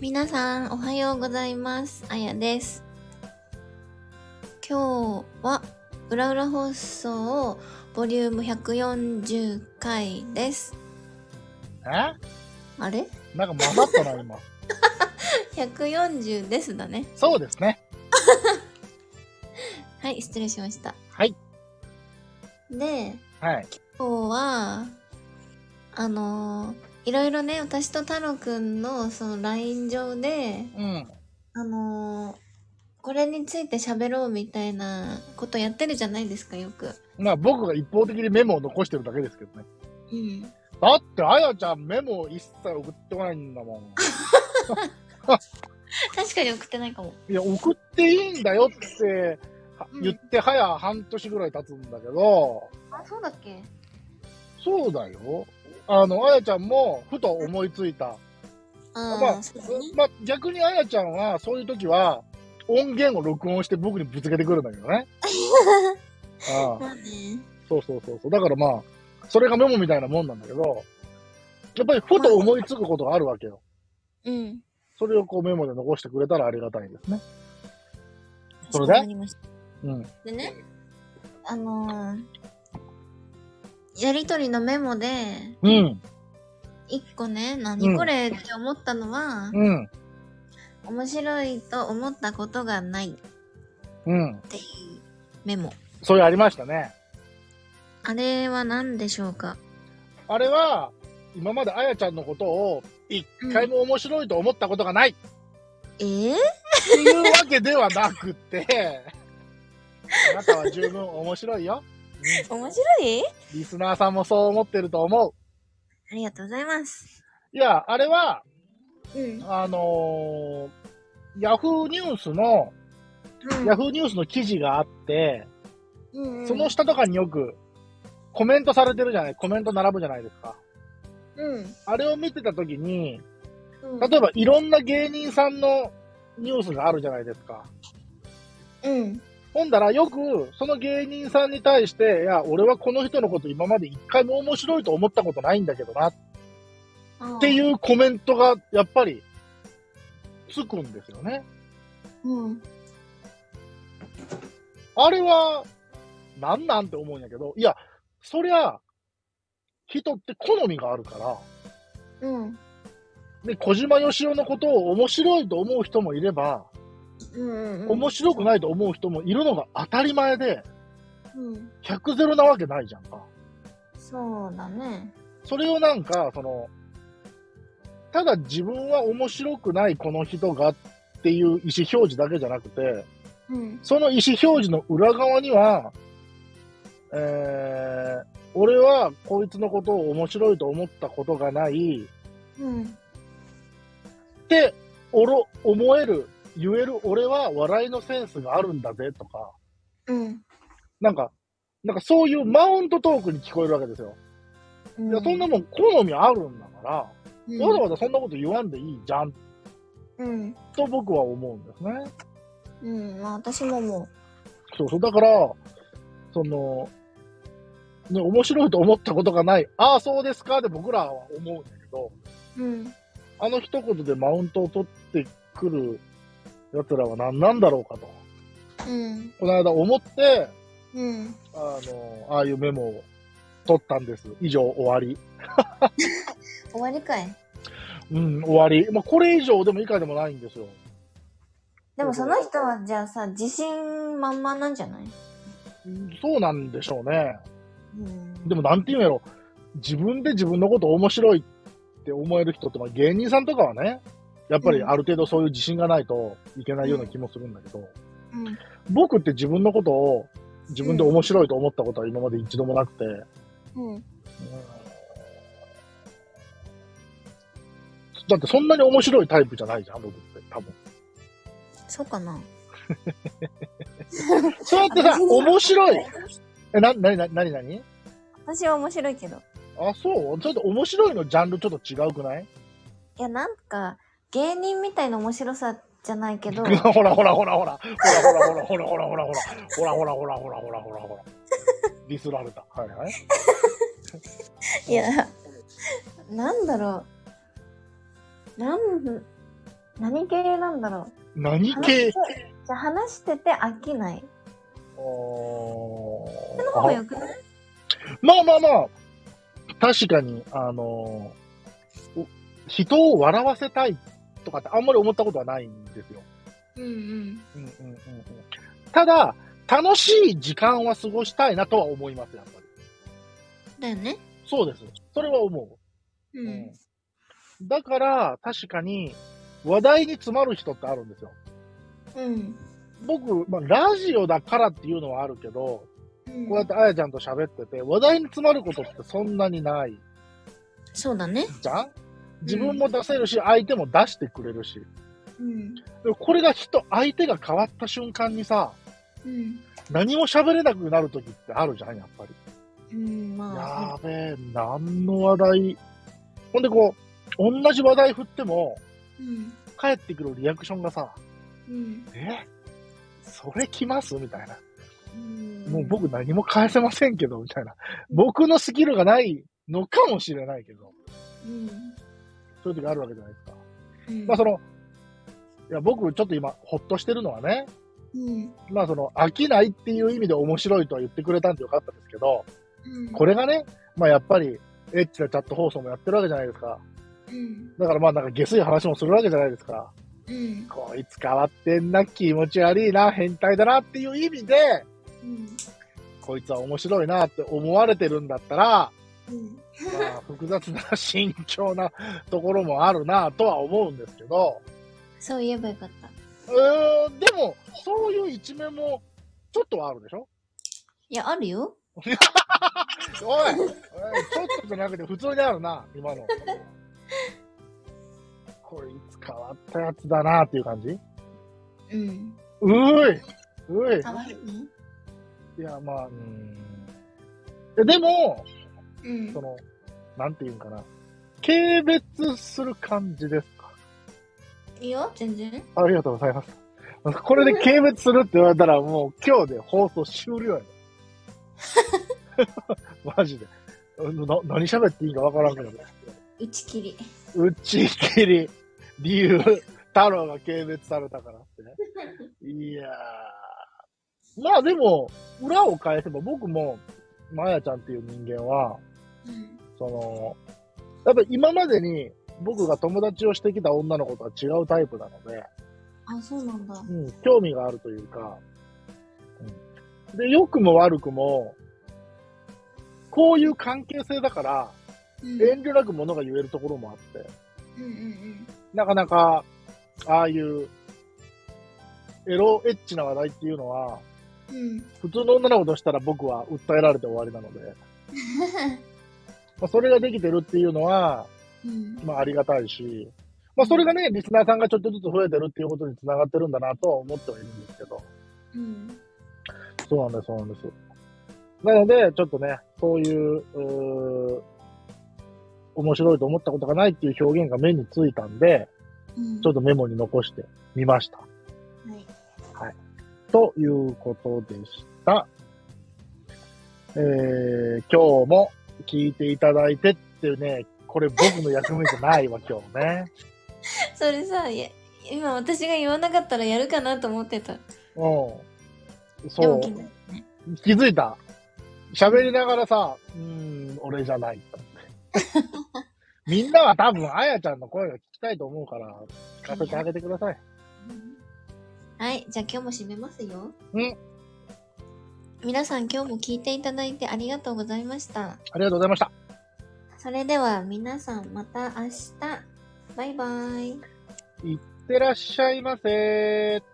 皆さんおはようございます。あやです。今日は裏裏放送ボリューム140回です。えあ れなんか混ざった な、今。 ?140 ですだね。そうですね。はい、失礼しました。はい。で、はい。今日は、あのーいろいろね、私と太郎くんのその LINE 上で、うん。あのーこれについて喋ろうみたいなことやってるじゃないですか、よく。まあ僕が一方的にメモを残してるだけですけどね。うん。だって、あやちゃんメモを一切送ってこないんだもん。 確かに送ってないかも。いや、送っていいんだよってはうん言って、早半年ぐらい経つんだけど、あ、そうだっけそうだよ。あの、あやちゃんもふと思いついた。あまあそうだね。、まあ、逆にあやちゃんは、そういう時は、音源を録音して僕にぶつけてくるんだけ どね。ああまあね。そうそうそうそう。だからまあ、それがメモみたいなもんなんだけど、やっぱりふと思いつくことがあるわけよ。うん。それをこうメモで残してくれたらありがたいですね。それでかしこまりましたうん。でね、あのーやりとりのメモで、うん。一個ね、何これって思ったのは、うん。面白いと思ったことがないっうん。ていうメモ。それありましたね。あれは何でしょうかあれは、今まであやちゃんのことを一回も面白いと思ったことがないっえー、ていうわけではなく て、あなたは十分面白いよ。面白いリスナーさんもそう思ってると思う。ありがとうございます。いや、あれは、うん。あのー、ヤフーニュースの、ヤフーニュースの記事があって、うんうんその下とかによくコメントされてるじゃない、コメント並ぶじゃないですか。うん。あれを見てた時に、うん例えばいろんな芸人さんのニュースがあるじゃないですか。うん。ほんだらよくその芸人さんに対して、いや、俺はこの人のこと今まで一回も面白いと思ったことないんだけどなっってう。いうコメントがやっぱりつくんですよね。うん。あれは、なんなんて思うんやけど、いや、そりゃ、人って好みがあるから、うん。で、小島よしおのことを面白いと思う人もいれば、うん。面白くないと思う人もいるのが当たり前で、うん。 100ゼロなわけないじゃんか。そうだね。それをなんか、その、ただ自分は面白くないこの人がっていう意思表示だけじゃなくて、うん。その意思表示の裏側には、えー、俺はこいつのことを面白いと思ったことがないうん。っておろ思える、言える俺は笑いのセンスがあるんだぜとか、うん。なんか、なんかそういうマウントトークに聞こえるわけですよ。うんいや、そんなもん好みあるんだから、わうざわざそんなこと言わんでいいじゃんうん。と僕は思うんですね。うん。まあ私ももそうそう。だから、その、ね、面白いと思ったことがない、ああ、そうですかで僕らは思うんだけど、う。うん。あの一言でマウントを取ってくる奴らは何なんだろうかと、うん。この間思って、うん。あの、ああいうメモを取ったんです。以上、終わり。終わりかい。うん、終わり。まあ、これ以上でも以下でもないんですよ。でもその人はじゃあさ、自信満々なんじゃないうんそうなんでしょうね。うん。でも、なんて言うんやろ。自分で自分のこと面白いって思える人って、まあ、芸人さんとかはね、やっぱりある程度そういう自信がないといけないような気もするんだけど、うん。僕って自分のことを自分で面白いと思ったことは今まで一度もなくて、うん。だってそんなに面白いタイプじゃないじゃん、僕って。多分。そうかな。そうやってさ、面白い。え、な、なになになになに私は面白いけど。あ、そうちょっと面白いのジャンルちょっと違うくないいや、なんか、芸人みたいな面白さじゃないけ ど、ほらほらほらほらほらほらほらほらほらほらほらほらほらほらほらほらほらほらほらディスられた。はいはい。いや、なんだろう。なん、何系なんだろう何話系しじゃあ話してて飽きないあーその方がよくないまあまあまあ、確かに、あのーお人を笑わせたいとかってあんまり思ったことはないんですよ。うんうんうんうんうんうん、ただ、楽しい時間は過ごしたいなとは思います、やっぱり。だよねそうです。それは思うん、うんう。だから、確かに、話題に詰まる人ってあるんですよ。うん僕、まあ、ラジオだからっていうのはあるけど、うんこうやってあやちゃんと喋ってて、話題に詰まることってそんなにないそうだねじゃん自分も出せるし、相手も出してくれるし。うんでもこれが人、相手が変わった瞬間にさ、うん何も喋れなくなる時ってあるじゃん、やっぱり。うんまあやべえ、何の話題。ほんでこう、同じ話題振っても、うん帰ってくるリアクションがさ、うんえそれ来ますみたいな。うんもう僕何も返せませんけど、みたいな。僕のスキルがないのかもしれないけど、うんそういう時あるわけじゃないですか。うんまあその、いや僕ちょっと今、ほっとしてるのはね、うんまあその、飽きないっていう意味で面白いとは言ってくれたんでよかったですけど、うんこれがね、まあやっぱり、エッチなチャット放送もやってるわけじゃないですか。うんだからまあなんか下水話もするわけじゃないですか。うんこいつ変わってんな、気持ち悪いな、変態だなっていう意味で、うんこいつは面白いなって思われてるんだったら、うんまあ、複雑な慎重なところもあるなとは思うんですけど、そう言えばよかったうーん、でも、そういう一面も、ちょっとはあるでしょいやあるよおいおいちょっとじゃなくて普通にあるな、今の。これ、いつ変わったやつだなっていう感じうんうーい、うーい。可愛いねいや、まあ、うーん。えでも、うんその、なんていうんかな。軽蔑する感じですか。いいよ全然ありがとうございます。これで軽蔑するって言われたら、もう今日で 放送終了やね。マジで。な何喋っていいかわからんけど。打ち切り打ち切り、理由、太郎が軽蔑されたからってね。いやー。まあでも、裏を返せば僕も、まやちゃんっていう人間は、うんその、やっぱ今までに僕が友達をしてきた女の子とは違うタイプなので、あそうなんだうん、興味があるというか、うん、で、良くも悪くも、こういう関係性だかうら、ん遠慮なくものが言えるところもあって、うんうんなかなか、ああいう、エロエッチな話題っていうのは、うんうん普通の女の子としたら僕は訴えられて終わりなので、まあ、それができてるっていうのは、うんまあ、ありがたいし、まあ、それがね、リスナーさんがちょっとずつ増えてるっていうことにつながってるんだなとは思ってはいるんですけど、うんそうなんです、そうなんです。なので、ちょっとね、そういう、うー面白いと思ったことがないっていう表現が目についたんで、うんちょっとメモに残してみました。はいということでした。えー、今日も聞いていただいてっていうね、これ僕の役目じゃないわ、今日ね。それさいや今私が言わなかったらやるかなと思ってたうん。でそもう気。分気づいた。喋りながらさ、うーん、俺じゃない。みんなは多分、あやちゃんの声が聞きたいと思うから、聞かせてあげてください。はい、じゃあ今日も締めますよ。うん。皆さん今日も聞いていただいてありがとうございました。ありがとうございました。それでは皆さんまた明日。バイバイ。いってらっしゃいませー。